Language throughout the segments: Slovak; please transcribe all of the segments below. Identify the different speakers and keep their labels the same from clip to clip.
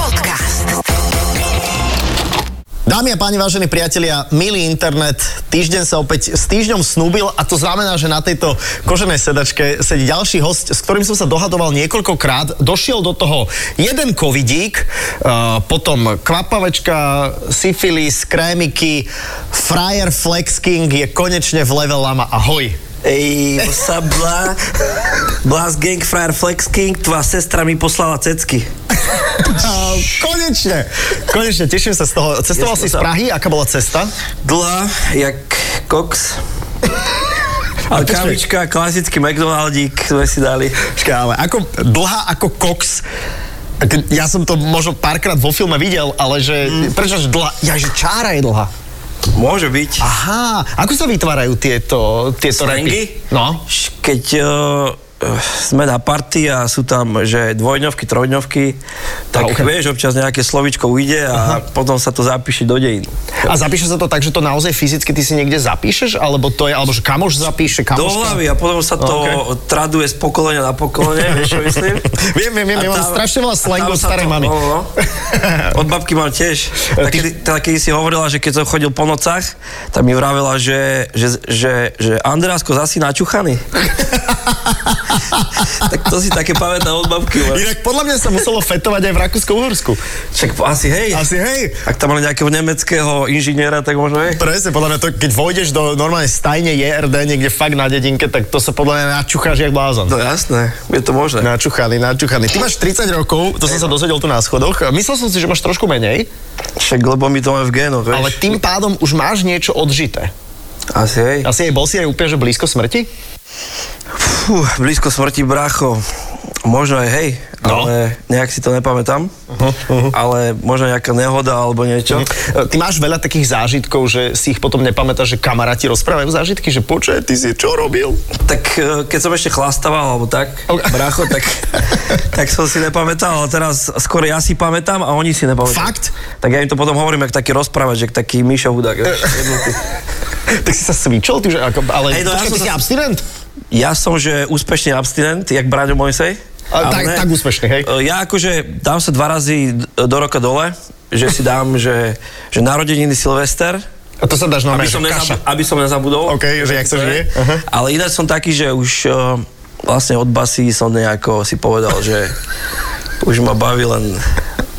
Speaker 1: Podcast.
Speaker 2: Dámy a páni, vážení priatelia, milý internet, týždeň sa opäť s týždňom snúbil a to znamená, že na tejto koženej sedačke sedí ďalší host, s ktorým som sa dohadoval niekoľkokrát. Došiel do toho jeden covidík, uh, potom kvapavečka, syfilis, krémiky, frajer Flex King je konečne v level lama. Ahoj.
Speaker 3: Ej, what's up, Bla? Blast Gang Fryer Flex King, tvoja sestra mi poslala cecky.
Speaker 2: Uh, konečne, konečne, teším sa z toho. Cestoval si z Prahy, aká bola cesta?
Speaker 3: Dlhá, jak koks.
Speaker 2: počkaj.
Speaker 3: A kavička, klasický McDonaldík sme si dali.
Speaker 2: Počkaj, ale ako dlhá ako koks, Ak- ja som to možno párkrát vo filme videl, ale že mm. prečo až dlhá, ja, že čára je dlhá.
Speaker 3: Môže byť.
Speaker 2: Aha, ako sa vytvárajú tieto, tieto
Speaker 3: Slangy?
Speaker 2: repy? No.
Speaker 3: Š- Keď uh, sme na party a sú tam, že dvojňovky, trojňovky, tak
Speaker 2: Ah, ok.
Speaker 3: vieš, občas nejaké slovičko ujde a potom sa to zapíše do dejín.
Speaker 2: A zapíše sa to tak, že to naozaj fyzicky ty si niekde zapíšeš, alebo to je, alebo že kamoš zapíše, kamoška?
Speaker 3: Do hlavy a potom sa to
Speaker 2: Ok.
Speaker 3: traduje z pokolenia na pokolenie, vieš čo myslím?
Speaker 2: Viem, viem, viem,
Speaker 3: A
Speaker 2: ja mám
Speaker 3: tam-
Speaker 2: strašne veľa
Speaker 3: a
Speaker 2: slangov
Speaker 3: tam sa
Speaker 2: starej
Speaker 3: to-
Speaker 2: mamy.
Speaker 3: no, no. Od babky mám tiež.
Speaker 2: Ty-
Speaker 3: Takedy, teda keď si hovorila, že keď som chodil po nocách, tak mi vravila, že, že, že, že Andrásko zasi načuchaný. tak to si také pamätá od babky. ale-
Speaker 2: Inak podľa mňa sa muselo fetovať aj v Rakúsko-Uhorsku.
Speaker 3: Však asi hej.
Speaker 2: Asi hej,
Speaker 3: Ak tam mali nejakého nemeckého inžiniera, tak možno hej.
Speaker 2: Presne, podľa mňa to, keď vojdeš do normálnej stajne JRD niekde fakt na dedinke, tak to sa podľa mňa načucháš jak blázon.
Speaker 3: No jasné, je to možné.
Speaker 2: Načuchaný, načuchaný. Ty máš 30 rokov, to som sa dozvedel tu na schodoch. Myslel som si, že máš trošku menej,
Speaker 3: Však lebo my to máme v génoch, vieš.
Speaker 2: ale tým pádom už máš niečo odžité.
Speaker 3: Asi hej.
Speaker 2: Asi aj bol si aj úplne, že blízko smrti?
Speaker 3: Fú, blízko smrti, brácho. Možno aj hej,
Speaker 2: No.
Speaker 3: ale nejak si to nepamätám. Ale možno nejaká nehoda alebo niečo.
Speaker 2: E, Ty máš veľa takých zážitkov, že si ich potom nepamätáš, že kamaráti rozprávajú zážitky, že počuj, ty si čo robil?
Speaker 3: Tak e, keď som ešte chlastával alebo tak,
Speaker 2: Ok.
Speaker 3: brácho, tak, tak som si nepamätal, ale teraz skôr ja si pamätám a oni si nepamätajú.
Speaker 2: Fakt?
Speaker 3: Tak ja im to potom hovorím, jak taký rozprávač, jak taký Mišo Hudák. vieš, jednotý.
Speaker 2: tak si sa svičol, ty, že ako, ale
Speaker 3: Hej, no ja
Speaker 2: počkaj,
Speaker 3: som
Speaker 2: ty
Speaker 3: sa-
Speaker 2: si abstinent?
Speaker 3: Ja som, že úspešný abstinent, jak Braňo Mojsej.
Speaker 2: A
Speaker 3: Ale
Speaker 2: tak-
Speaker 3: ne.
Speaker 2: tak úspešný, hej.
Speaker 3: E, Ja akože dám sa dva razy d- do roka dole, že si dám, že, že narodeniny Silvester,
Speaker 2: A to sa dáš normálne,
Speaker 3: aby som,
Speaker 2: že kaša.
Speaker 3: nezab- aby som nezabudol.
Speaker 2: OK, že jak sa žije. Aha.
Speaker 3: Ale ináč som taký, že už e, vlastne od basy som nejako si povedal, že už ma baví len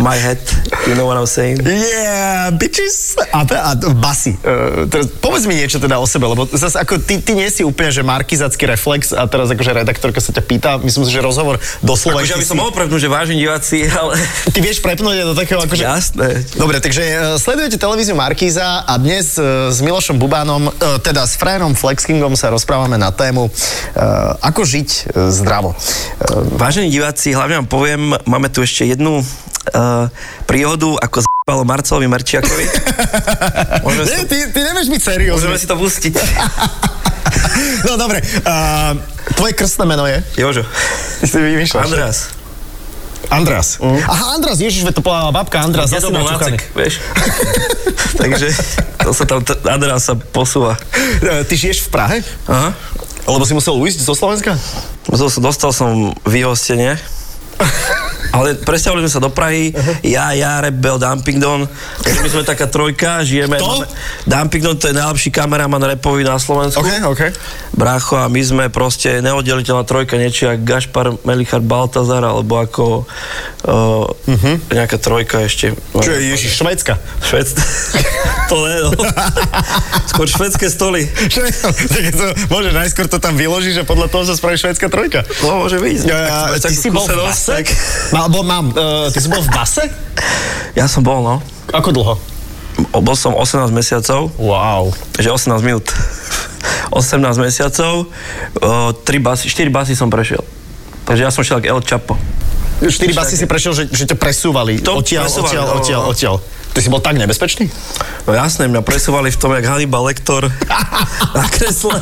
Speaker 3: my head, you know what I'm saying.
Speaker 2: Yeah, bitches. A, a, a basy. Uh, teraz povedz mi niečo teda o sebe, lebo zase ako ty, ty nie si úplne, že markizacký reflex a teraz akože redaktorka sa ťa pýta, myslím si, že rozhovor doslova... ty
Speaker 3: Akože aby som
Speaker 2: si-
Speaker 3: mohol prepnúť, že vážení diváci, ale...
Speaker 2: Ty vieš prepnúť aj do takého akože...
Speaker 3: Jasné.
Speaker 2: Dobre, takže e, sledujete televíziu Markíza a dnes e, s Milošom Bubánom, e, teda s Frajerom Flexkingom sa rozprávame na tému, e, ako žiť e, zdravo. E,
Speaker 3: Vážení diváci, hlavne vám poviem, máme tu ešte jednu uh, príhodu, ako z***alo Marcelovi Marčiakovi. Môžeme
Speaker 2: E,
Speaker 3: si
Speaker 2: nie,
Speaker 3: to-
Speaker 2: ty, ty nevieš byť seriózny.
Speaker 3: Môžeme si to pustiť.
Speaker 2: No dobre, uh, tvoje krstné meno je?
Speaker 3: Jožo.
Speaker 2: Ty si vymýšľaš.
Speaker 3: Andreas.
Speaker 2: András. Mm. Aha, András, ježiš, veď to povedala babka András,
Speaker 3: Ja
Speaker 2: zase
Speaker 3: to bol
Speaker 2: načuchaný.
Speaker 3: nácek, vieš. Takže to sa tam, t- Andreas sa posúva.
Speaker 2: E, Ty žiješ v Prahe?
Speaker 3: Aha.
Speaker 2: Lebo si musel ujsť zo Slovenska?
Speaker 3: Musel som, dostal som vyhostenie. Ale presťahovali sme sa do Prahy, ja, ja, Rebel, Dumpingdon, Takže my sme taká trojka, žijeme...
Speaker 2: Kto?
Speaker 3: máme- Dumpingdon to je najlepší kameraman repový na Slovensku.
Speaker 2: OK.
Speaker 3: Brácho a my sme proste neoddeliteľná trojka, niečo ako Gašpar, Melichar, Baltazar, alebo ako uh, nejaká trojka ešte.
Speaker 2: Mhm. Čo je Ježiš, Švédska.
Speaker 3: Šved... to ne, no. Skôr švedské stoly.
Speaker 2: tak to, bože, najskôr to tam vyloží, že podľa toho sa spraví švédska trojka.
Speaker 3: No, môže byť.
Speaker 2: Ja,
Speaker 3: Tak
Speaker 2: ty si
Speaker 3: sme takú
Speaker 2: bol v
Speaker 3: skúsenosť,
Speaker 2: base?
Speaker 3: tak-
Speaker 2: Ma, bo, mám, uh, ty si bol v base?
Speaker 3: Ja som bol, no.
Speaker 2: Ako dlho?
Speaker 3: Bol som 18 mesiacov.
Speaker 2: Wow.
Speaker 3: že 18 minút. 18 mesiacov, o, tri basy, 4 basy som prešiel. Takže ja som šiel ako El Chapo.
Speaker 2: Štyri basy si prešiel, že, že ťa presúvali.
Speaker 3: To
Speaker 2: odtiaľ,
Speaker 3: presúvali,
Speaker 2: odtiaľ,
Speaker 3: no, no,
Speaker 2: odtiaľ,
Speaker 3: no.
Speaker 2: odtiaľ. Ty si bol tak nebezpečný?
Speaker 3: No jasné, mňa presúvali v tom, jak Hannibal Lecter na kresle.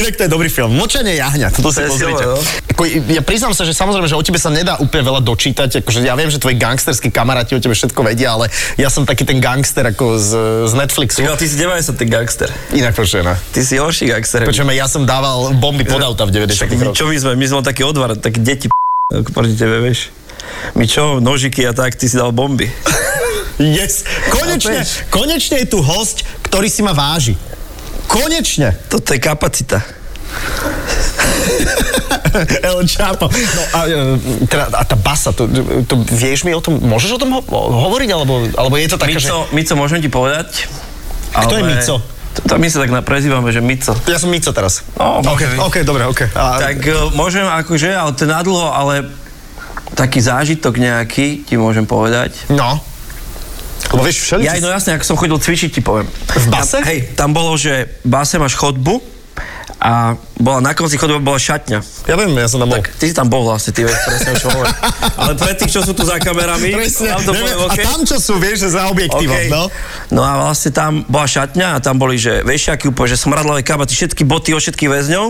Speaker 2: Inak to je dobrý film. Močenie jahňa, toto si
Speaker 3: To je
Speaker 2: pozrite.
Speaker 3: silné, no.
Speaker 2: Ako, ja priznám sa, že samozrejme, že o tebe sa nedá úplne veľa dočítať. Akože ja viem, že tvoji gangsterskí kamaráti o tebe všetko vedia, ale ja som taký ten gangster ako z, z Netflixu.
Speaker 3: Jo, ty si 90. gangster.
Speaker 2: Inak počujeme.
Speaker 3: Ty si horší gangster.
Speaker 2: Počujeme, ja som dával bomby pod auta v 90
Speaker 3: Však my,
Speaker 2: rokoch.
Speaker 3: čo my sme? My sme len taký odvar, takí deti p***, ako proti tebe, vieš. My čo, nožiky a tak, ty si dal bomby.
Speaker 2: Yes. Konečne, konečne je tu host, ktorý si ma váži. Konečne.
Speaker 3: Toto je kapacita.
Speaker 2: El Chapo. No a, e, teda, a tá basa, to, to vieš mi o tom, môžeš o tom ho- hovoriť, alebo, alebo je to také, že...
Speaker 3: Mico, Mico, môžem ti povedať?
Speaker 2: Kto je Mico?
Speaker 3: To, to my sa tak naprezývame, že Mico.
Speaker 2: Ja som Mico teraz.
Speaker 3: No,
Speaker 2: OK,
Speaker 3: môže byť.
Speaker 2: OK, dobre, OK. A,
Speaker 3: Tak e, môžem akože, ale to je nadlho, ale taký zážitok nejaký ti môžem povedať.
Speaker 2: No. Lebo vieš, všeli...
Speaker 3: Ja, no jasne, ak som chodil cvičiť, ti poviem.
Speaker 2: V base?
Speaker 3: Tam, hej, tam bolo, že v base máš chodbu a bola na konci chodby bola šatňa.
Speaker 2: ja viem, ja som tam bol.
Speaker 3: Tak ty si tam bol vlastne, ty vieš presne, o čom hovorím. Ale pre tých, čo sú tu za kamerami,
Speaker 2: Presne,
Speaker 3: vám to
Speaker 2: neviem,
Speaker 3: poviem, OK?
Speaker 2: a tam čo sú, vieš, že za objektívom,
Speaker 3: OK.
Speaker 2: no?
Speaker 3: no a vlastne tam bola šatňa a tam boli, že vešiaky úplne, že smradlavé kabaty, všetky boty od všetkých väzňov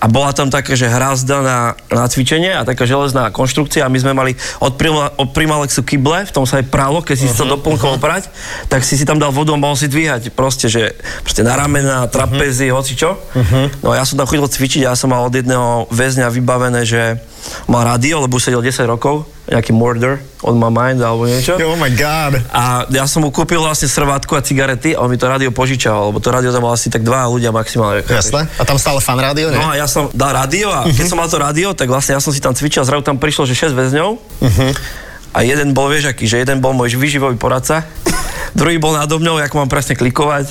Speaker 3: a bola tam taká, že hrazda na, na cvičenie a taká železná konštrukcia a my sme mali od, Prima, od Primalexu kyble, v tom sa aj pralo, keď si uh-huh, chcel doplnkovo uh-huh. prať, tak si si tam dal vodu a mohol si dvíhať proste, že proste na ramena, trapezy, uh-huh. hocičo. Uh-huh. No a ja som tam chodil cvičiť a ja som mal od jedného väzňa vybavené, že mal rádio, lebo už sedel 10 rokov, nejaký murder on my mind alebo niečo.
Speaker 2: Oh my god.
Speaker 3: A ja som mu kúpil vlastne srvátku a cigarety a on mi to rádio požičal, lebo to rádio tam mal asi tak dva ľudia maximálne.
Speaker 2: Jasné. A tam stále fan rádio, nie?
Speaker 3: No a ja som dal rádio a keď som mal to rádio, tak vlastne ja som si tam cvičil, zrazu tam prišlo, že 6 väzňov. A jeden bol, vieš aký, že jeden bol môj výživový poradca, druhý bol nado mňou, ako mám presne klikovať,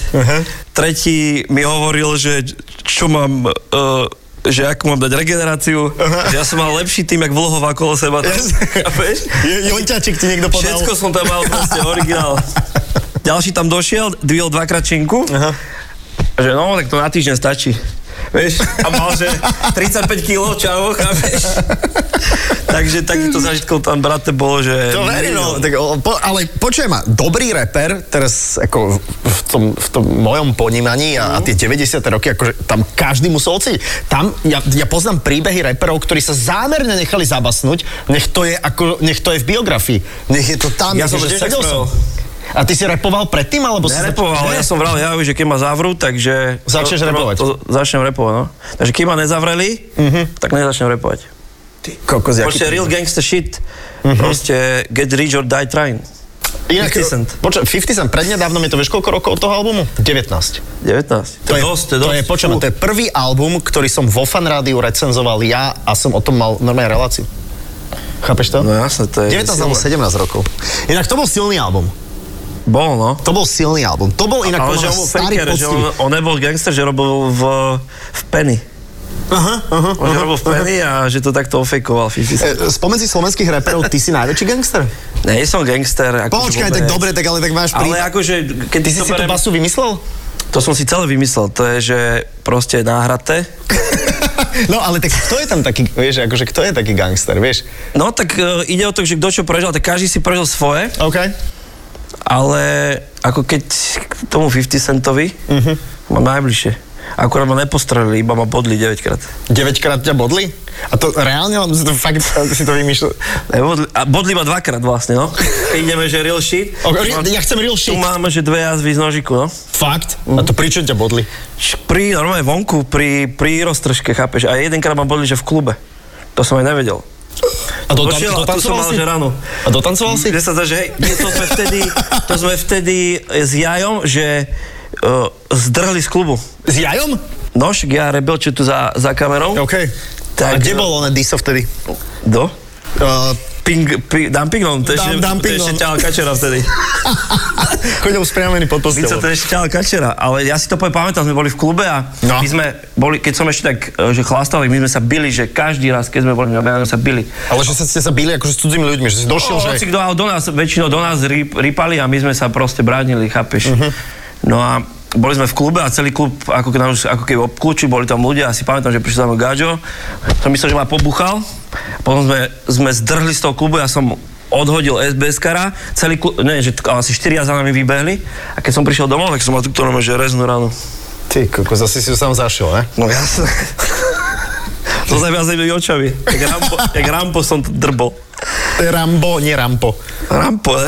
Speaker 3: tretí mi hovoril, že čo mám... eh, že ako mám dať regeneráciu, že ja som mal lepší tým, jak vlhová okolo seba.
Speaker 2: Yes.
Speaker 3: Chápeš?
Speaker 2: Jo- Jonťačik ti niekto podal.
Speaker 3: Všetko som tam mal proste originál. Ďalší tam došiel, dvil dvakrát činku. Aha. Že no, tak to na týždeň stačí. Vieš, a mal, že 35 kg, čavo, chápeš? Takže takýchto zážitkov tam, brate, bolo, že...
Speaker 2: To verím, no. Tak, o, po, ale počuj ma, dobrý reper, teraz ako v, v, tom, v tom mojom ponímaní a, a tie 90. roky, akože tam každý musel oceniť. Tam, ja, ja poznám príbehy reperov, ktorí sa zámerne nechali zabasnúť, nech to je, ako, nech to je v biografii. Nech je to tam,
Speaker 3: Ja som
Speaker 2: že
Speaker 3: to tiež tak
Speaker 2: sedel
Speaker 3: spravil.
Speaker 2: A ty si repoval predtým, alebo si...
Speaker 3: Nerepoval, ja som vral, ja že keď ma zavrú, takže...
Speaker 2: Začneš
Speaker 3: to-
Speaker 2: repovať.
Speaker 3: to- Začnem repovať, no. Takže keď ma nezavreli, tak nezačnem repovať.
Speaker 2: Ty kokos, jaký-
Speaker 3: Proste real gangster shit. Mhm. Proste get rich or die trying.
Speaker 2: Inak,
Speaker 3: 50 Cent.
Speaker 2: Počuj, 50 Cent, prednedávnom je to, vieš, koľko rokov od toho albumu? 19.
Speaker 3: 19. To, je dosť, to je dosť.
Speaker 2: To je, počujem, to je prvý album, ktorý som vo fan rádiu recenzoval ja a som o tom mal normálne reláciu. Chápeš to?
Speaker 3: No jasne, to je...
Speaker 2: 19 alebo 17 rokov. Inak to bol silný album.
Speaker 3: Bol, no.
Speaker 2: To bol silný album. To bol inak
Speaker 3: Ale
Speaker 2: podľa
Speaker 3: že on
Speaker 2: mňa
Speaker 3: bol
Speaker 2: starý
Speaker 3: faker, že
Speaker 2: poctivý.
Speaker 3: on, on nebol gangster, že robil v, v Penny.
Speaker 2: Aha, aha.
Speaker 3: On robil v Penny a že to takto ofejkoval 50 Cent.
Speaker 2: E, Spomedzi slovenských reperov, ty si najväčší gangster?
Speaker 3: Ne, som gangster. Ako
Speaker 2: Počkaj, tak dobre, tak ale tak máš
Speaker 3: Ale
Speaker 2: príbeh.
Speaker 3: akože, keď
Speaker 2: Ty si si tú
Speaker 3: berem-
Speaker 2: basu vymyslel?
Speaker 3: to som si celé vymyslel, to je, že proste náhraté.
Speaker 2: No ale tak kto je tam taký, vieš, akože kto je taký gangster, vieš?
Speaker 3: No tak e, ide o to, že kto čo prežil, tak každý si prežil svoje,
Speaker 2: OK.
Speaker 3: ale ako keď k tomu 50 centovi
Speaker 2: Mhm.
Speaker 3: uh-huh. mám najbližšie. Akurát ma nepostrelili, iba ma bodli 9 krát.
Speaker 2: 9 krát ťa bodli? A to reálne, alebo si to fakt si to vymýšľal?
Speaker 3: Bodli, E, a bodli ma dvakrát vlastne, no. Ideme, že real shit.
Speaker 2: Ok, ja chcem real shit.
Speaker 3: Tu máme, že dve jazvy z nožiku, no.
Speaker 2: Fakt? A to pričo ťa bodli?
Speaker 3: Č- Pri, normálne vonku, pri, pri roztržke, chápeš? A jedenkrát ma boli, že v klube. To som aj nevedel.
Speaker 2: A dotan-
Speaker 3: Došiel a tu som
Speaker 2: dotancoval
Speaker 3: mal,
Speaker 2: si?
Speaker 3: že ráno.
Speaker 2: A dotancoval si?
Speaker 3: Že sa zdá, že hej, nie, to sme vtedy, to sme vtedy e, s Jajom, že uh, zdrhli z klubu.
Speaker 2: S jajom?
Speaker 3: No, však ja rebel, čo tu za, za kamerou.
Speaker 2: OK.
Speaker 3: Tak,
Speaker 2: a kde
Speaker 3: no.
Speaker 2: bol oné diso vtedy?
Speaker 3: Do?
Speaker 2: Uh,
Speaker 3: Ping, ping, dumpingom, to ešte,
Speaker 2: Dam-
Speaker 3: to
Speaker 2: dumpingom.
Speaker 3: ešte ťahal kačera vtedy.
Speaker 2: chodil spriamený pod
Speaker 3: Vico
Speaker 2: postelou.
Speaker 3: to ešte ťahal kačera, ale ja si to poviem, pamätám, sme boli v klube a
Speaker 2: No.
Speaker 3: no. my sme boli, keď som ešte tak, e, že chlastali, my sme sa bili, že každý raz, keď sme boli na Benáne, sa bili.
Speaker 2: Ale že sa ste sa bili akože s cudzými ľuďmi, že si došiel,
Speaker 3: No,
Speaker 2: že...
Speaker 3: hoci kto, ale do nás, väčšinou do nás rýp, rýpali a my sme sa proste bránili, chápeš?
Speaker 2: Mhm.
Speaker 3: Uh-huh. No a boli sme v klube a celý klub ako, ke- nás ako keby obklúčil, boli tam ľudia, asi pamätám, že prišiel tam Gaďo, som myslel, že ma pobuchal, potom sme, sme zdrhli z toho klubu, ja som odhodil SBS kara, celý klub, ne, že t- asi štyria za nami vybehli a keď som prišiel domov, tak som mal tu normálne, že reznú ráno.
Speaker 2: Ty, kokos, asi si ju sám zašiel, ne?
Speaker 3: No jasné. to sa viac očami. Jak Rambo, jak Rambo som to drbol.
Speaker 2: Rambo, nie Rampo. eh?
Speaker 3: Rambo, ne?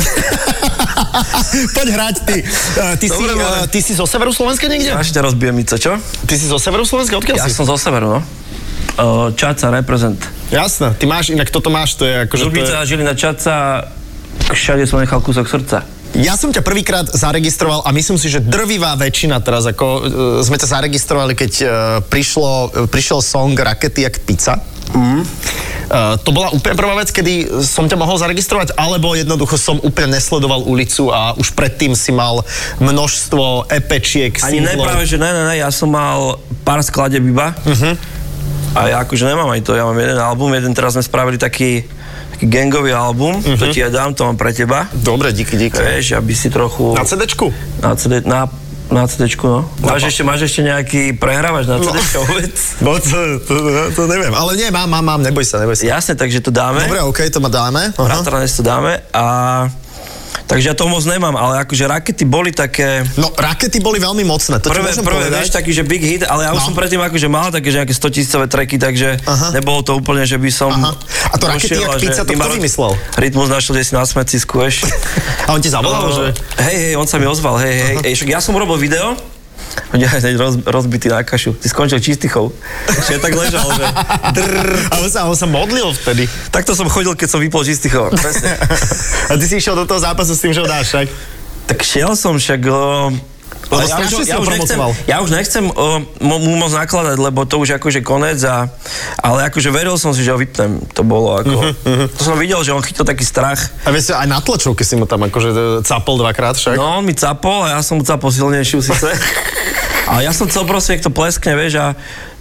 Speaker 2: Poď hrať ty. Eh, Ty, si,
Speaker 3: Dobre,
Speaker 2: eh,
Speaker 3: dobre.
Speaker 2: ty si zo severu Slovenska niekde?
Speaker 3: Až ťa rozbijem, Mico, čo?
Speaker 2: Ty si zo severu Slovenska? Odkiaľ
Speaker 3: Ja
Speaker 2: si?
Speaker 3: som zo severu, no. Uh, Čaca, reprezent.
Speaker 2: Jasné, ty máš, inak toto máš, to je akože... To je...
Speaker 3: Žubica, Žilina, Čaca, všade som nechal kúsok srdca.
Speaker 2: Ja som ťa prvýkrát zaregistroval a myslím si, že drvivá väčšina teraz, ako e, sme ťa zaregistrovali, keď e, prišlo, e, prišiel song Rakety jak pizza.
Speaker 3: Mhm.
Speaker 2: Mm. Uh, to bola úplne prvá vec, kedy som ťa mohol zaregistrovať, alebo jednoducho som úplne nesledoval ulicu a už predtým si mal množstvo epečiek,
Speaker 3: Ani ne, práve, že ne, ne, ne, ja som mal pár skladeb iba. Uh-huh. A ja akože nemám ani to, ja mám jeden album, jeden teraz sme spravili taký, taký gangový album, uh-huh. to ti ja dám, to mám pre teba.
Speaker 2: Dobre, díky, díky.
Speaker 3: Vieš, aby si trochu...
Speaker 2: Na CDčku?
Speaker 3: Na CD, na, na CDčku, no. Máš ešte, máš ešte nejaký prehrávač na CDčka no. vôbec?
Speaker 2: No, to, to, to, neviem, ale nie, mám, mám, mám, neboj sa, neboj sa.
Speaker 3: Jasne, takže to dáme.
Speaker 2: Dobre, okej, to ma dáme. Aha.
Speaker 3: Bratranec teda to dáme a... Takže ja to moc nemám, ale akože rakety boli také...
Speaker 2: No, rakety boli veľmi mocné, to
Speaker 3: Prvé,
Speaker 2: ti môžem
Speaker 3: prvé,
Speaker 2: povedať.
Speaker 3: vieš, taký, že big hit, ale ja už
Speaker 2: No.
Speaker 3: som predtým akože mal také, že nejaké 100 tisícové treky, takže
Speaker 2: Aha.
Speaker 3: nebolo to úplne, že by som...
Speaker 2: Aha. A to rakety
Speaker 3: došiel
Speaker 2: jak
Speaker 3: že
Speaker 2: pizza, to
Speaker 3: Iba
Speaker 2: kto vymyslel?
Speaker 3: Rytmus našiel kde si na smecisku, vieš.
Speaker 2: A on ti zavolal,
Speaker 3: No,
Speaker 2: že...
Speaker 3: Hej, hej, on sa mi ozval, hej, hej, hej, však ja som robil video, ja hneď roz, rozbitý na kašu. Ty skončil čistichov. Že tak ležal, že... Drrr.
Speaker 2: A on sa, on sa modlil vtedy.
Speaker 3: Takto som chodil, keď som vypol čistichov. Presne.
Speaker 2: A ty si išiel do toho zápasu s tým, že ho dáš, tak?
Speaker 3: Tak šiel som však... O...
Speaker 2: Ale
Speaker 3: ja,
Speaker 2: strašne
Speaker 3: už,
Speaker 2: si
Speaker 3: ja,
Speaker 2: ho
Speaker 3: už nechcem,
Speaker 2: promocoval.
Speaker 3: ja už nechcem o, mo- mu moc nakladať, lebo to už akože konec a, ale akože veril som si, že ho vypnem. To bolo ako... To som videl, že on chytil taký strach.
Speaker 2: A vieš, aj na tlačovke si mu tam akože e, capol dvakrát však. No.
Speaker 3: No on mi capol a ja som mu capol silnejšiu síce. A ja som chcel proste, nech to pleskne, vieš, a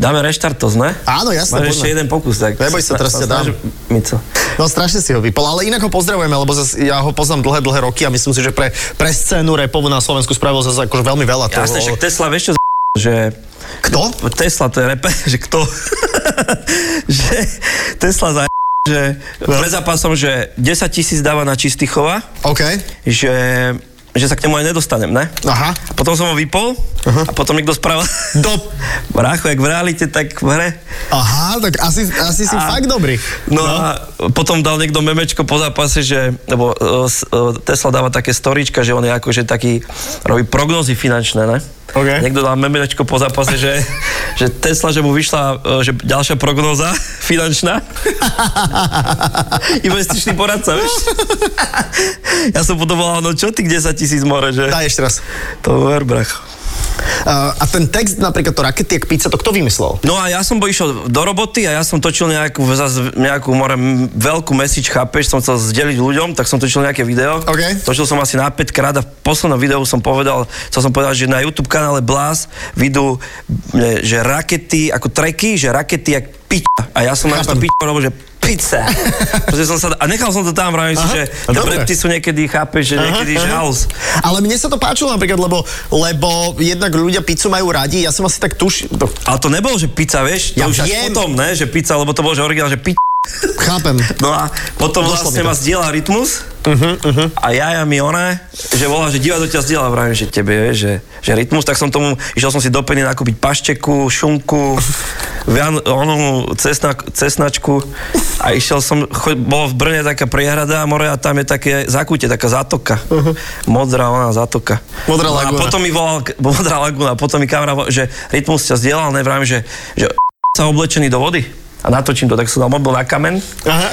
Speaker 3: dáme reštart to, ne?
Speaker 2: Áno, jasné,
Speaker 3: Máš ešte
Speaker 2: poďme.
Speaker 3: jeden pokus, tak...
Speaker 2: Neboj sa, teraz ťa dám.
Speaker 3: snažím- Mico.
Speaker 2: no strašne si ho vypol, ale inak ho pozdravujeme, lebo zas, ja ho poznám dlhé, dlhé roky a myslím si, že pre, pre scénu repovu na Slovensku spravil zase akože veľmi veľa. To,
Speaker 3: Jasné, však Tesla, vieš čo z... že...
Speaker 2: Kto?
Speaker 3: Tesla, to je reper, že kto? že Tesla za že pred zápasom, že 10 tisíc dáva na Čistichova,
Speaker 2: OK.
Speaker 3: že, že sa k nemu aj nedostanem, ne?
Speaker 2: Aha.
Speaker 3: Potom som ho vypol a potom niekto spravil
Speaker 2: Do...
Speaker 3: brácho, jak v realite, tak v hre.
Speaker 2: Aha, tak asi, asi si
Speaker 3: A-
Speaker 2: fakt dobrý.
Speaker 3: No, a potom dal niekto memečko po zápase, že, lebo e, s- e, Tesla dáva také storička, že on je akože taký, robí prognozy finančné, ne?
Speaker 2: OK.
Speaker 3: Niekto dal memečko po zápase, že, že Tesla, že mu vyšla e, že ďalšia prognoza finančná. Investičný poradca, vieš? ja som potom volal, no čo ty, 10 tisíc more, že?
Speaker 2: Daj ešte raz.
Speaker 3: To ver, bracho.
Speaker 2: Uh, a ten text, napríklad to rakety, jak pizza, to kto vymyslel?
Speaker 3: No a ja som bol išiel do roboty a ja som točil nejakú, zas, nejakú more, m- veľkú message, chápeš, som chcel zdeliť ľuďom, tak som točil nejaké video.
Speaker 2: OK.
Speaker 3: Točil som asi na 5 krát a v poslednom videu som povedal, chcel som povedať, že na YouTube kanále Blás vidú, e, že rakety, ako treky, že rakety jak piča. A ja som na to
Speaker 2: Chápem.
Speaker 3: piča robil, že pizza. Pretože som sa, a nechal som to tam, vravím si,
Speaker 2: Aha,
Speaker 3: že
Speaker 2: a
Speaker 3: tie
Speaker 2: dobre.
Speaker 3: repty sú niekedy, chápeš, že niekedy, že house.
Speaker 2: Ale mne sa to páčilo napríklad, lebo, lebo jednak ľudia pizzu majú radi, ja som asi tak tuš... To,
Speaker 3: Ale to nebolo, že pizza, vieš?
Speaker 2: Ja
Speaker 3: To už až
Speaker 2: viem.
Speaker 3: potom, ne? Že pizza, lebo to bolo, že originál, že piča.
Speaker 2: chápem.
Speaker 3: No a potom
Speaker 2: Došlo mi to. Uh-huh,
Speaker 3: vlastne ma zdieľa rytmus a ja, ja mi ona, že volá, že divadlo ťa zdieľa, vravím, že tebe, vieš, že, že rytmus, tak som tomu, išiel som si do peny nakúpiť pašteku, šunku, vian, onú cesna, cesnačku a išiel som, cho, bolo v Brne taká priehrada more a tam je také zakúte, taká zátoka, modrá ona zátoka.
Speaker 2: Uh-huh. Modrá
Speaker 3: No A
Speaker 2: lagúna.
Speaker 3: potom mi volal, modrá laguna, potom mi kamera, volal, že rytmus ťa zdieľal, nevrám, že, že sa oblečený do vody a natočím to, tak som dal mobil na kamen
Speaker 2: Aha.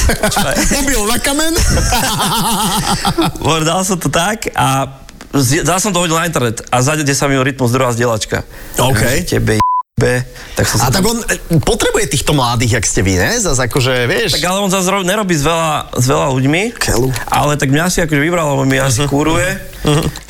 Speaker 2: Mobil na kamen.
Speaker 3: Hovorím, dal som to tak a zdi- dal som to hodil na internet a za 10 minút rytmus druhá zdieľačka.
Speaker 2: OK.
Speaker 3: Takže Tebe jebe, tak som
Speaker 2: A
Speaker 3: sa...
Speaker 2: tak on e, potrebuje týchto mladých, jak ste vy, ne? Zas akože, vieš...
Speaker 3: tak ale on zase ro- nerobí s veľa, s veľa ľuďmi,
Speaker 2: Keľu.
Speaker 3: ale tak mňa si akože vybral, lebo mi
Speaker 2: Mhm.
Speaker 3: asi kúruje.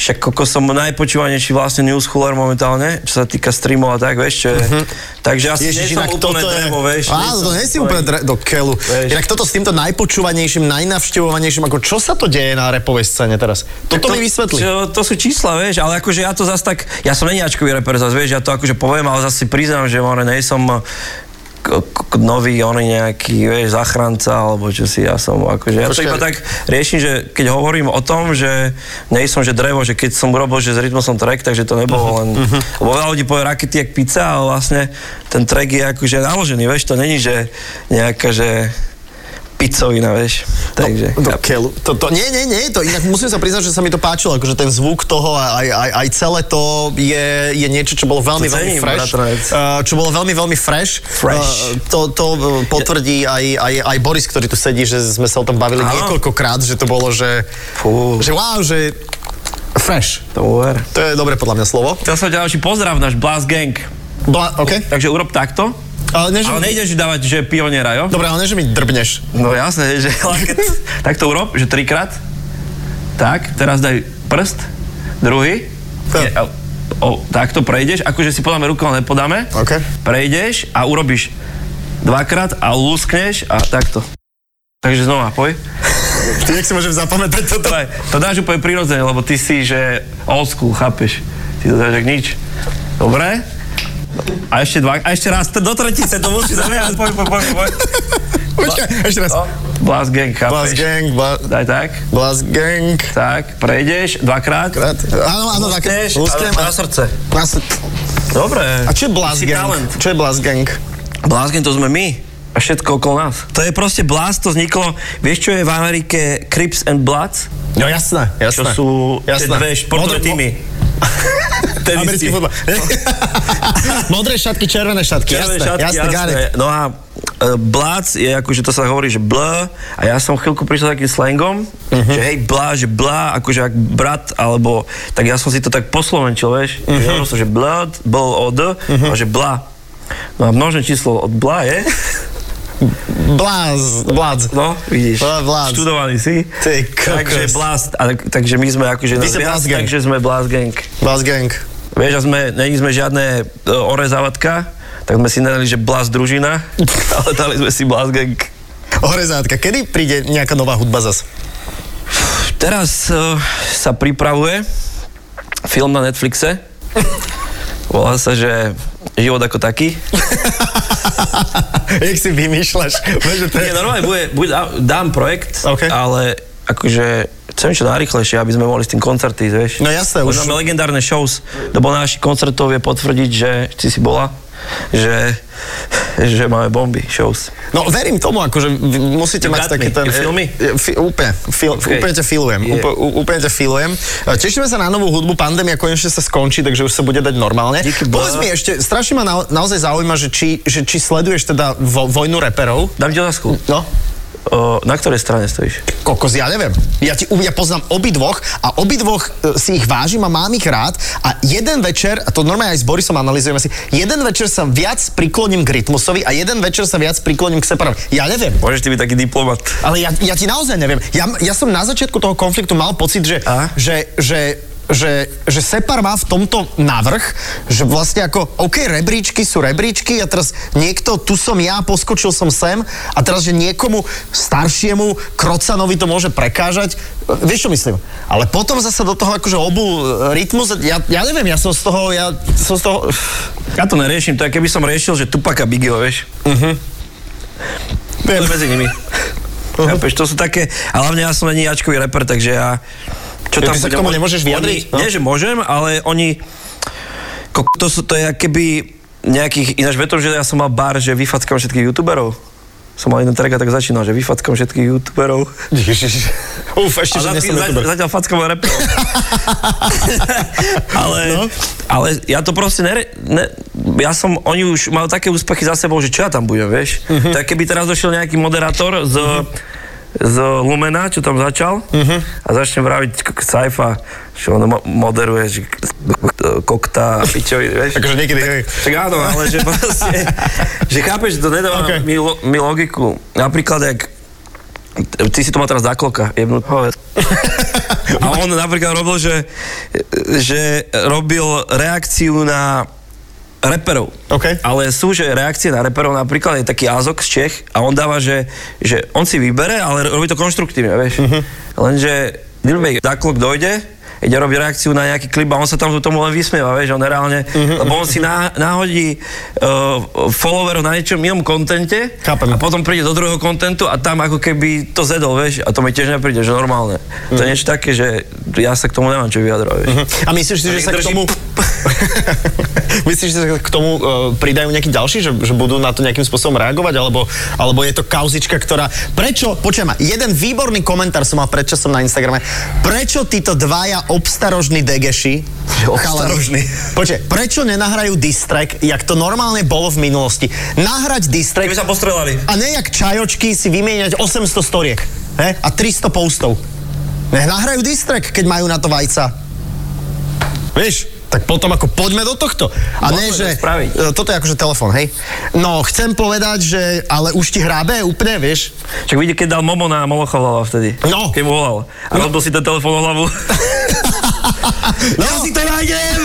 Speaker 3: Však koko som najpočúvanejší vlastne news cooler momentálne, čo sa týka streamov a tak, vieš, čo je.
Speaker 2: Mhm.
Speaker 3: Takže asi nie som úplne drevo, vieš. nie
Speaker 2: Áno,
Speaker 3: som
Speaker 2: to nie si úplne dre... do keľu.
Speaker 3: Vieš.
Speaker 2: Inak toto s týmto najpočúvanejším, najnavštevovanejším, ako čo sa to deje na repovej scéne teraz? Toto mi vysvetli.
Speaker 3: Čo, to sú čísla, vieš, ale akože ja to zase tak, ja som neniačkový reper zase, vieš, ja to akože poviem, ale zase si priznám, že more, nej som k- k- nový, oný nejaký, vieš, zachranca, alebo čo si, ja som, akože, ja to
Speaker 2: Počkaj.
Speaker 3: iba tak riešim, že keď hovorím o tom, že nej som, že drevo, že keď som urobil, že s rytmom som track, takže to
Speaker 2: Mhm,
Speaker 3: nebolo len, lebo veľa ľudí povie rakety jak pizza, ale vlastne ten track je akože naložený, vieš, to není, že nejaká, že pizzovina, vieš, takže...
Speaker 2: Do
Speaker 3: chápeš?
Speaker 2: keľu. To, to, nie, nie, nie, to inak musím sa priznať, že sa mi to páčilo, akože ten zvuk toho a aj, aj, aj celé to je, je niečo, čo bolo veľmi,
Speaker 3: To
Speaker 2: veľmi
Speaker 3: cením,
Speaker 2: fresh.
Speaker 3: bratranec.
Speaker 2: Uh, čo bolo veľmi, veľmi fresh.
Speaker 3: Fresh.
Speaker 2: Uh, to, to uh, potvrdí aj, aj, aj Boris, ktorý tu sedí, že sme sa o tom bavili
Speaker 3: Áno.
Speaker 2: niekoľkokrát, že to bolo, že,
Speaker 3: Fú.
Speaker 2: že wow, že fresh.
Speaker 3: To uver.
Speaker 2: To je dobre podľa mňa slovo.
Speaker 3: Chcel som ďalší pozdrav, náš Blast Gang.
Speaker 2: Bola, OK.
Speaker 3: Takže urob takto.
Speaker 2: Ale, ne, že
Speaker 3: Ale
Speaker 2: mi-
Speaker 3: nejdeš dávať, že pioniera, jo?
Speaker 2: Dobre, ale ne, že mi drbneš.
Speaker 3: No jasné, že keď... tak to urob, že trikrát. Tak, teraz daj prst, druhý.
Speaker 2: Tak.
Speaker 3: Je, a- o, takto prejdeš, akože si podáme ruku, ale nepodáme.
Speaker 2: OK.
Speaker 3: Prejdeš a urobíš dvakrát a luskneš a takto. Takže znova, poj.
Speaker 2: Ty, jak si môžem zapamätať toto?
Speaker 3: To, je, to dáš úplne prirodzene, lebo ty si, že old school, chápeš? Ty to dáš jak nič. Dobre? A ešte dva, a ešte raz, t- do tretice, to musí zamerať, poj, poj, poj, poj.
Speaker 2: Počkaj, ešte raz.
Speaker 3: No, Blast gang,
Speaker 2: Blast
Speaker 3: chápeš?
Speaker 2: gang, bla,
Speaker 3: Daj tak.
Speaker 2: blast gang.
Speaker 3: Tak, prejdeš dvakrát.
Speaker 2: Krát. Áno, áno, tak.
Speaker 3: Luskneš,
Speaker 2: lusknem
Speaker 3: ale na srdce.
Speaker 2: na srdce.
Speaker 3: Dobre.
Speaker 2: A čo je Blast
Speaker 3: Si
Speaker 2: Gang?
Speaker 3: talent.
Speaker 2: Čo je Blast Gang?
Speaker 3: Blázgen to sme my. A všetko okolo nás. To je proste blást, to vzniklo, vieš čo je v Amerike Crips and Bloods?
Speaker 2: No jasné,
Speaker 3: Čo sú tie dve športové
Speaker 2: Modré-
Speaker 3: týmy.
Speaker 2: Americký
Speaker 3: Tenistí.
Speaker 2: futbal. Modré šatky, červené šatky,
Speaker 3: Červené
Speaker 2: jasné,
Speaker 3: šatky,
Speaker 2: jasné, jasné.
Speaker 3: No a e, blác je akože to sa hovorí, že bl a ja som chvíľku prišiel takým slangom,
Speaker 2: Mhm.
Speaker 3: že hej blá, že blá, akože ak brat alebo, tak ja som si to tak poslovenčil,
Speaker 2: Mhm.
Speaker 3: vieš, že hovoril som, že blood, bl o d, a že blá. No a množné číslo od blá je,
Speaker 2: Bláz, bládz.
Speaker 3: no vidíš,
Speaker 2: Blá- blác.
Speaker 3: študovaný si,
Speaker 2: Ty
Speaker 3: takže
Speaker 2: kokos.
Speaker 3: blast, a, tak- takže my sme akože,
Speaker 2: Vy
Speaker 3: nás
Speaker 2: ste
Speaker 3: viac,
Speaker 2: blast gang.
Speaker 3: takže sme blast gang.
Speaker 2: Blast Gang.
Speaker 3: Vieš, a sme, není sme žiadne e, orezavatka, tak sme si nedali, že blast družina, ale dali sme si blast gang.
Speaker 2: Horezátka, kedy príde nejaká nová hudba zas?
Speaker 3: Teraz e, sa pripravuje film na Netflixe. Volá sa, že život ako taký.
Speaker 2: Jak si vymýšľaš? Vieš, že to je-
Speaker 3: Nie, normálne bude, bude, dám projekt,
Speaker 2: OK.
Speaker 3: ale akože chcem čo najrychlejšie, aby sme mohli s tým koncerty, ísť, vieš.
Speaker 2: No jasné,
Speaker 3: Lebo
Speaker 2: už-
Speaker 3: Máme legendárne shows, lebo naši koncertov je potvrdiť, že ty si bola, že, že máme bomby shows.
Speaker 2: No verím tomu, akože vy musíte mať
Speaker 3: You got
Speaker 2: taký
Speaker 3: me.
Speaker 2: ten...
Speaker 3: You feel me?
Speaker 2: e, Fi, úplne, fil,
Speaker 3: Okay.
Speaker 2: úplne ťa filujem.
Speaker 3: Yeah.
Speaker 2: Úpl, ú- úplne ťa filujem. E, Tešíme sa na novú hudbu, pandémia konečne sa skončí, takže už sa bude dať normálne.
Speaker 3: Díky Bohu.
Speaker 2: Povedz mi ešte, strašne ma na, naozaj zaujíma, že či, že či sleduješ teda vo, vojnu reperov.
Speaker 3: Dám ti otázku.
Speaker 2: No,
Speaker 3: O, na ktorej strane stojíš?
Speaker 2: kokos, ja neviem. Ja, ti, ja poznám obidvoch a obidvoch e, si ich vážim a mám ich rád a jeden večer, a to normálne aj s Borisom analizujeme si, jeden večer sa viac prikloním k Rytmusovi a jeden večer sa viac prikloním k Separovi. Ja neviem.
Speaker 3: Môžeš ty byť taký diplomat.
Speaker 2: Ale ja, ja ti naozaj neviem. Ja, ja som na začiatku toho konfliktu mal pocit, že,
Speaker 3: A?
Speaker 2: že, že, že, že Separ má v tomto navrh, že vlastne ako, OK, rebríčky sú rebríčky a teraz niekto, tu som ja, poskočil som sem a teraz, že niekomu staršiemu krocanovi to môže prekážať. Vieš, čo myslím? Ale potom zase do toho akože obul rytmus, ja, ja neviem, ja som z toho, ja som z toho...
Speaker 3: Ja to neriešim, to je keby som riešil, že Tupaka Bigio, vieš.
Speaker 2: Mhm.
Speaker 3: To je medzi nimi.
Speaker 2: Mhm.
Speaker 3: Chápeš, to sú také, a hlavne ja som není jačkový reper, takže ja... Čo
Speaker 2: Ja, ty sa k
Speaker 3: budem-
Speaker 2: tomu nemôžeš
Speaker 3: oni-
Speaker 2: vyjadriť, no?
Speaker 3: Nie, že môžem, ale oni... Ko, to, sú, to je keby nejakých... Ináč vetom, že ja som mal bar, že vyfackám všetkých youtuberov. Som mal jeden track a tak začínal, že vyfackám všetkých youtuberov.
Speaker 2: Ježiš. Uf, ešte, že
Speaker 3: A
Speaker 2: nie som
Speaker 3: za, za,
Speaker 2: youtuber.
Speaker 3: zatiaľ fackom a reperom. ale,
Speaker 2: No.
Speaker 3: no. ale ja to proste nere, ne, ja som, oni už majú také úspechy za sebou, že čo ja tam budem, vieš?
Speaker 2: Mhm.
Speaker 3: Uh-huh. Tak keby teraz došiel nejaký moderátor z, z Lumena, čo tam začal,
Speaker 2: Mhm.
Speaker 3: uh-huh. a začne vraviť k- k- Saifa, že on mo- moderuje, že k- k- kokta a pičovi, vieš?
Speaker 2: Akože niekedy... hej.
Speaker 3: Tak áno, ale že proste, že chápeš, že to nedáva
Speaker 2: Ok.
Speaker 3: okay. mi, lo- mi logiku. Napríklad, jak ty si to mal teraz zakloka, jebnú hoved. A on napríklad robil, že, že robil reakciu na reperov.
Speaker 2: OK.
Speaker 3: Ale sú, že reakcie na reperov, napríklad je taký Azok z Čech a on dáva, že, že
Speaker 2: Mhm.
Speaker 3: on si vybere, ale robí to konštruktívne, vieš. Lenže Dilbej, Daklok dojde, ide robiť reakciu na nejaký klip a on sa tam tomu len vysmieva, vieš, on reálne,
Speaker 2: Mhm.
Speaker 3: mm-hmm. lebo on si ná, náhodí uh, followerov na niečom inom kontente
Speaker 2: Chápem.
Speaker 3: a potom príde do druhého kontentu a tam ako keby to zedol, vieš, a to mi tiež nepríde, že normálne. Mm-hmm. To
Speaker 2: Mhm.
Speaker 3: je niečo také, že ja sa k tomu nemám čo vyjadrovať, vieš. Mm-hmm.
Speaker 2: A myslíš si, že sa k
Speaker 3: Drží-
Speaker 2: tomu... Myslíš, že sa k tomu e, pridajú nejakí ďalší, že, že budú na to nejakým spôsobom reagovať, alebo, alebo je to kauzička, ktorá... Prečo, počujem ma, jeden výborný komentár som mal predčasom na Instagrame, prečo títo dvaja obstarožní degeši,
Speaker 3: obstarožní.
Speaker 2: chalani- Počkaj, prečo nenahrajú distrek, jak to normálne bolo v minulosti? Nahrať distrek
Speaker 3: Keby sa postrelali.
Speaker 2: a ne jak čajočky si vymieňať 800 storiek he? a 300 postov. Nech nahrajú distrek, keď majú na to vajca. Vieš, tak potom ako poďme do tohto. A ne, že...
Speaker 3: Môžeme to spraviť.
Speaker 2: e, Toto je akože telefon, hej. No, chcem povedať, že... Ale už ti hrábe úplne, vieš.
Speaker 3: Čak vidíte, keď dal Momo na Molochovlava vtedy.
Speaker 2: No.
Speaker 3: Keď mu volal. A robil si ten telefón o hlavu.
Speaker 2: No, ja si to nájdem!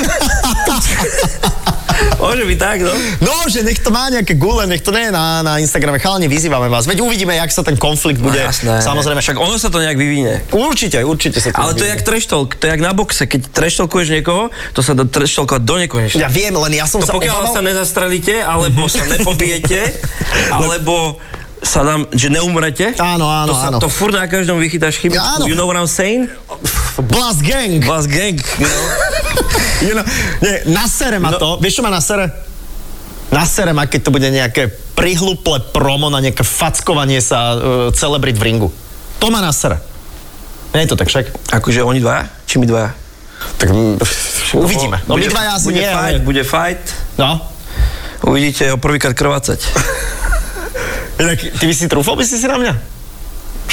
Speaker 3: Môže byť tak, no.
Speaker 2: No, že nech to má nejaké gule, nech to nie je na, na Instagrame. Chalani, vyzývame vás. Veď uvidíme, jak sa ten konflikt bude.
Speaker 3: No,
Speaker 2: Samozrejme.
Speaker 3: Však ono sa to nejak vyvinie.
Speaker 2: Určite, určite sa to
Speaker 3: Ale to je
Speaker 2: vyvinie.
Speaker 3: jak trash talk, to je jak na boxe, keď trash talkuješ niekoho, to sa dá trash talkovať do nekonečna.
Speaker 2: Ja viem, len ja som
Speaker 3: To
Speaker 2: sa
Speaker 3: pokiaľ
Speaker 2: obával...
Speaker 3: sa nezastrelíte, alebo sa nepobijete, alebo sa nám, že neumrete.
Speaker 2: Áno, áno,
Speaker 3: to sa,
Speaker 2: áno.
Speaker 3: To furt na každom vychytáš chybu.
Speaker 2: Ja, áno.
Speaker 3: You know what I'm saying?
Speaker 2: Blast gang!
Speaker 3: Vás gang.
Speaker 2: You know, nie, nasere ma
Speaker 3: No.
Speaker 2: to. Vieš, čo ma nasere? Nasere ma, keď to bude nejaké prihluplé promo na nejaké fackovanie sa uh, celebrit v ringu. To ma nasere. Nie je to tak však?
Speaker 3: Akože oni dva? Či my dva?
Speaker 2: Tak uvidíme. No my
Speaker 3: Bude-
Speaker 2: dvaja asi
Speaker 3: bude
Speaker 2: nie,
Speaker 3: fight,
Speaker 2: ale...
Speaker 3: Bude fight.
Speaker 2: No.
Speaker 3: Uvidíte ho prvýkrát krvácať.
Speaker 2: Inak, ty by si trúfal by si si na mňa?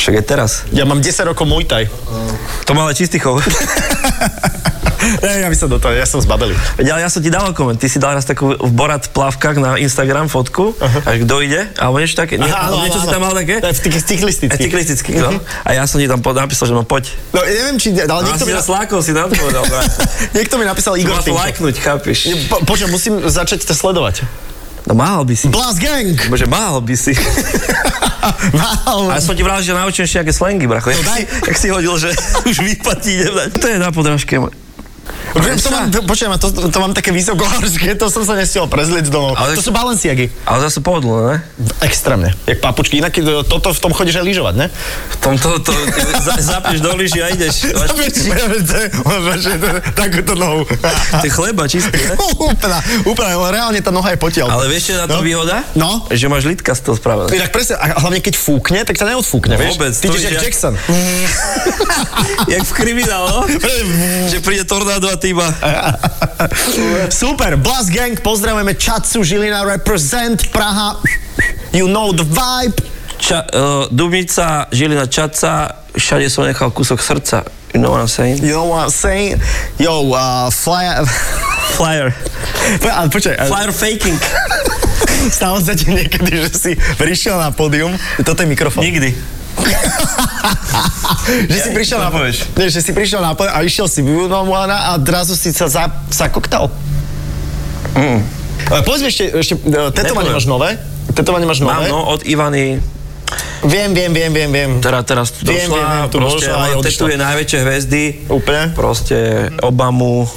Speaker 3: Však je teraz.
Speaker 2: Ja mám 10 rokov Muay Thai.
Speaker 3: To má ale čistý chov.
Speaker 2: ja by som do toho, ja som zbabelý.
Speaker 3: Veď, ale ja som ti dával koment, ty si dal raz takú v Borat plavkách na Instagram fotku, a kto ide, alebo niečo také, nie,
Speaker 2: Aha, áno, áno,
Speaker 3: niečo si tam mal
Speaker 2: áno.
Speaker 3: také,
Speaker 2: To je Mhm. v tých
Speaker 3: a
Speaker 2: cyklistických.
Speaker 3: cyklistický, no. A ja som ti tam pod, napísal, že no poď.
Speaker 2: No, neviem, či... Ale
Speaker 3: A
Speaker 2: niekto
Speaker 3: si
Speaker 2: mi,
Speaker 3: na no,
Speaker 2: na-
Speaker 3: slákol si tam povedal, brat.
Speaker 2: niekto mi napísal
Speaker 3: Má
Speaker 2: Igor
Speaker 3: to
Speaker 2: Tinko.
Speaker 3: lajknúť, chápiš?
Speaker 2: Po, počkaj, musím začať to sledovať.
Speaker 3: No mal by si.
Speaker 2: Blast gang!
Speaker 3: Bože, mal by si.
Speaker 2: Mal.
Speaker 3: A ja som ti vral, že naučím ešte nejaké slangy, bracho. No,
Speaker 2: daj.
Speaker 3: Jak si hodil, že už vyplatí, idem dať. To je na podrážke.
Speaker 2: Viem, to mám, to, počujem, to, to, to mám také vysokohorské, to som sa nestihol prezliť domov. Ale...
Speaker 3: Ale-
Speaker 2: To sú balenciagy.
Speaker 3: Ale zase pohodlné, ne?
Speaker 2: Extrémne. Jak papučky. Inak e, toto v tom chodíš aj lyžovať, ne?
Speaker 3: V tomto to, za, zapneš do lyži a ideš.
Speaker 2: Takúto nohu.
Speaker 3: Ty chleba čistý, ne?
Speaker 2: úplná, úplná, ale reálne tá noha je potiaľ.
Speaker 3: Ale vieš, čo je na to
Speaker 2: No.
Speaker 3: výhoda?
Speaker 2: No.
Speaker 3: Že máš lítka z toho spravené.
Speaker 2: Inak presne, a hlavne keď fúkne, tak sa neodfúkne, vieš?
Speaker 3: Vôbec,
Speaker 2: Ty
Speaker 3: to
Speaker 2: ideš
Speaker 3: ide
Speaker 2: jak
Speaker 3: jak-
Speaker 2: Jackson.
Speaker 3: Jak v kriminálo, že príde tornádo a ty iba...
Speaker 2: Super, Blast Gang, pozdravujeme Čacu, Žilina, Represent, Praha, you know the vibe.
Speaker 3: Ča, uh, Dubnica, Žilina, Čaca, všade som nechal kúsok srdca. You know what I'm saying?
Speaker 2: You know what I'm saying? Yo, uh, fly...
Speaker 3: Flyer.
Speaker 2: Po- Ale počkaj, ale
Speaker 3: Flyer faking.
Speaker 2: stalo sa ti niekedy, že si prišiel na pódium, toto je mikrofón,
Speaker 3: Nikdy.
Speaker 2: že si prišiel na
Speaker 3: povieš.
Speaker 2: nie, že si prišiel na pódium a išiel si vyunomovaná a zrazu si sa za, zakoktal. Mm. Povedz mi ešte, ešte e, tetovanie
Speaker 3: Nepoviem.
Speaker 2: máš nové? Tetovanie máš
Speaker 3: Mám,
Speaker 2: nové?
Speaker 3: no, od Ivany,
Speaker 2: Viem, viem, viem, viem, viem.
Speaker 3: ktorá teraz tu
Speaker 2: Viem, viem, viem,
Speaker 3: došla,
Speaker 2: tu
Speaker 3: proste,
Speaker 2: došla, aj
Speaker 3: ona
Speaker 2: odišla.
Speaker 3: tetuje najväčšie hviezdy,
Speaker 2: Úplne.
Speaker 3: proste Obamu.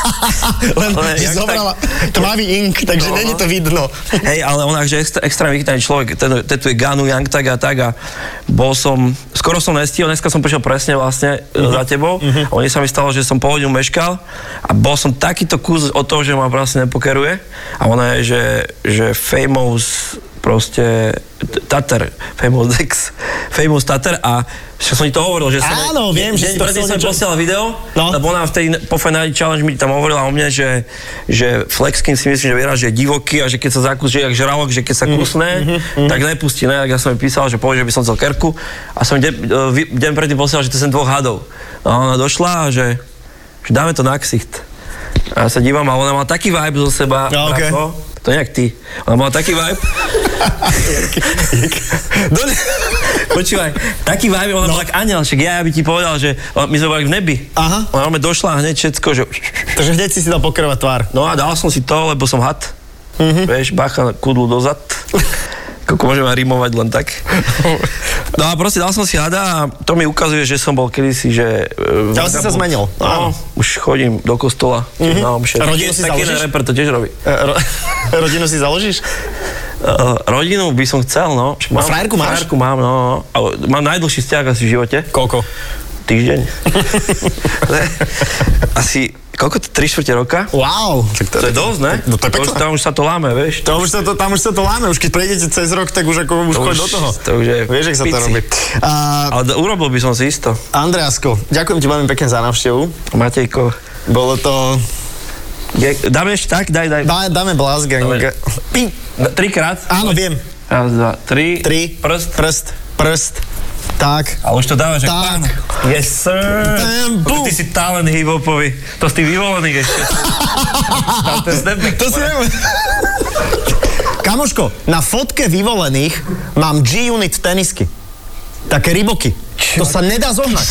Speaker 2: Len
Speaker 3: Ale
Speaker 2: si
Speaker 3: jak
Speaker 2: zobrala tmavý ink, takže
Speaker 3: No.
Speaker 2: není to vidno.
Speaker 3: Hej, ale on akže extra, extra vychytaný človek, ten- tetuje Ganu, Yang tak a tak a bol som, skoro som nestihol, dneska som prišiel presne vlastne
Speaker 2: Mhm.
Speaker 3: uh-huh. za tebou, uh-huh. oni sa mi stalo, že som po hodinu meškal a bol som takýto kus od toho, že ma vlastne nepokeruje a ona je, že, že famous proste t- Tatar, famous Dex, famous Tatar a že som ti to hovoril, že som...
Speaker 2: Áno, viem, že si
Speaker 3: deň
Speaker 2: to
Speaker 3: predtým
Speaker 2: chcel
Speaker 3: som
Speaker 2: niečo-
Speaker 3: posielal video,
Speaker 2: No.
Speaker 3: no. lebo ona v tej po Final Challenge mi tam hovorila o mne, že, že Flexkin si myslím, že vyhrá, že je divoký a že keď sa zakúsi, jak žralok, že keď sa kusne, tak nepustí, ne? Tak ja som jej písal, že povie, že by som chcel kerku a som de, e, vy- deň predtým posielal, že to som dvoch hadov. No a ona došla a že, že dáme to na ksicht. A ja sa dívam a ona má taký vibe zo seba.
Speaker 2: No, okej.
Speaker 3: bracho. To nejak ty. Ona má taký vibe.
Speaker 2: Dole-
Speaker 3: Počúvaj, taký vibe, ona bola no. aniel, však ja by ti povedal, že o, my sme boli v nebi.
Speaker 2: Aha.
Speaker 3: Ona normálne došla a hneď všetko, že
Speaker 2: Takže hneď si si dal pokrvať tvár. Mhm.
Speaker 3: No a dal som si to, lebo som had. Mm-hmm. Vieš, bacha kudlu dozad. Koľko môžeme rimovať len tak. No a proste dal som si hada a to mi ukazuje, že som bol kedysi, že... e,
Speaker 2: Ale si sa
Speaker 3: vagabund.
Speaker 2: zmenil. Mhm.
Speaker 3: No, už chodím do kostola. Mm-hmm. Na omše.
Speaker 2: Rodinu si
Speaker 3: Taký
Speaker 2: založíš?
Speaker 3: reper to tiež robí.
Speaker 2: E, Ro- rodinu si založíš?
Speaker 3: Uh, rodinu by som chcel, no. Však
Speaker 2: No, frajerku máš?
Speaker 3: Frajerku mám, no. no. A mám najdlhší vzťah asi v živote.
Speaker 2: Koľko?
Speaker 3: Týždeň. Ne? asi, koľko to? 3 čtvrte roka?
Speaker 2: Wow.
Speaker 3: To je dosť, ne?
Speaker 2: No to je
Speaker 3: už,
Speaker 2: peklo.
Speaker 3: tam už sa to láme, vieš.
Speaker 2: To už sa to, tam už sa to láme, už keď prejdete cez rok, tak už ako už
Speaker 3: To
Speaker 2: choď
Speaker 3: už-
Speaker 2: do toho.
Speaker 3: to už je
Speaker 2: Vieš, jak sa to
Speaker 3: pici.
Speaker 2: robí. A,
Speaker 3: Ale d- urobil by som si isto.
Speaker 2: Andreasko, ďakujem ti veľmi pekne za návštevu.
Speaker 3: Matejko.
Speaker 2: Bolo to...
Speaker 3: Je- Dáme ešte tak? Daj, daj.
Speaker 2: Dá, dáme blázk.
Speaker 3: Dobre.
Speaker 2: Pi.
Speaker 3: Na- Trikrát?
Speaker 2: Áno, viem.
Speaker 3: Raz, dva, tri.
Speaker 2: Tri.
Speaker 3: Prst.
Speaker 2: Prst. Prst. Tak.
Speaker 3: A už to dávaš, že
Speaker 2: Tak.
Speaker 3: pán. Yes, sir.
Speaker 2: Bam,
Speaker 3: Bože,
Speaker 2: bum.
Speaker 3: Ty si talent hip-hopový. To si vyvolený ešte. Tam ten snapback.
Speaker 2: To si neviem. Kamoško, na fotke vyvolených mám G-unit tenisky. Také ryboky. To sa nedá zohnať.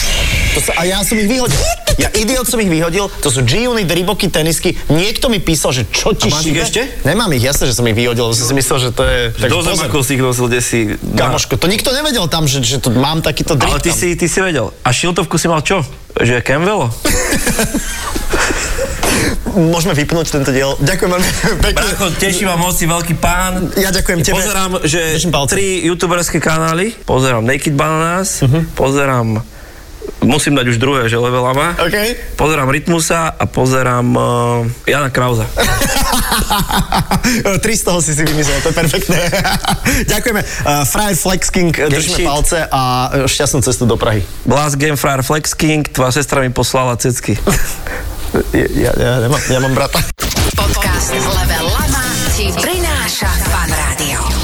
Speaker 2: To sa, a ja som ich vyhodil. Ja idiot som ich vyhodil. To sú G-unit ryboky tenisky. Niekto mi písal, že čo ti
Speaker 3: A máš ich
Speaker 2: šíbe?
Speaker 3: ešte?
Speaker 2: Nemám ich, jasne, že som ich vyhodil, lebo som si myslel, že to je... Tak
Speaker 3: Do
Speaker 2: pozor.
Speaker 3: zemakov si ich nosil, kde si... na-
Speaker 2: Kamoško, to nikto nevedel tam, že, že tu mám takýto drip
Speaker 3: Ale ty
Speaker 2: tam.
Speaker 3: si, ty si vedel. A šiltovku si mal čo? Že Campbello?
Speaker 2: Môžeme vypnúť tento diel. Ďakujem veľmi pekne.
Speaker 3: Bracho, teší ma moc, si veľký pán.
Speaker 2: Ja ďakujem tebe.
Speaker 3: Pozerám, že
Speaker 2: Držím palce.
Speaker 3: tri youtuberské kanály. Pozerám Naked Bananas,
Speaker 2: Mhm.
Speaker 3: pozerám... Musím dať už druhé, že Level Ama.
Speaker 2: OK.
Speaker 3: Pozerám Rytmusa a pozerám uh, Jana Krauza.
Speaker 2: 300 si si vymyslel, to je perfektné. Ďakujeme. Uh, Frajer Flex King, držíme
Speaker 3: shit.
Speaker 2: palce a eh, šťastnú cestu do Prahy.
Speaker 3: Blast Game Fryer Flex King, tvoja sestra mi poslala cecky.
Speaker 2: Ja, ja, ja, mám, ja mám brata.
Speaker 1: Podcast Level Lama ti prináša Fan Rádio.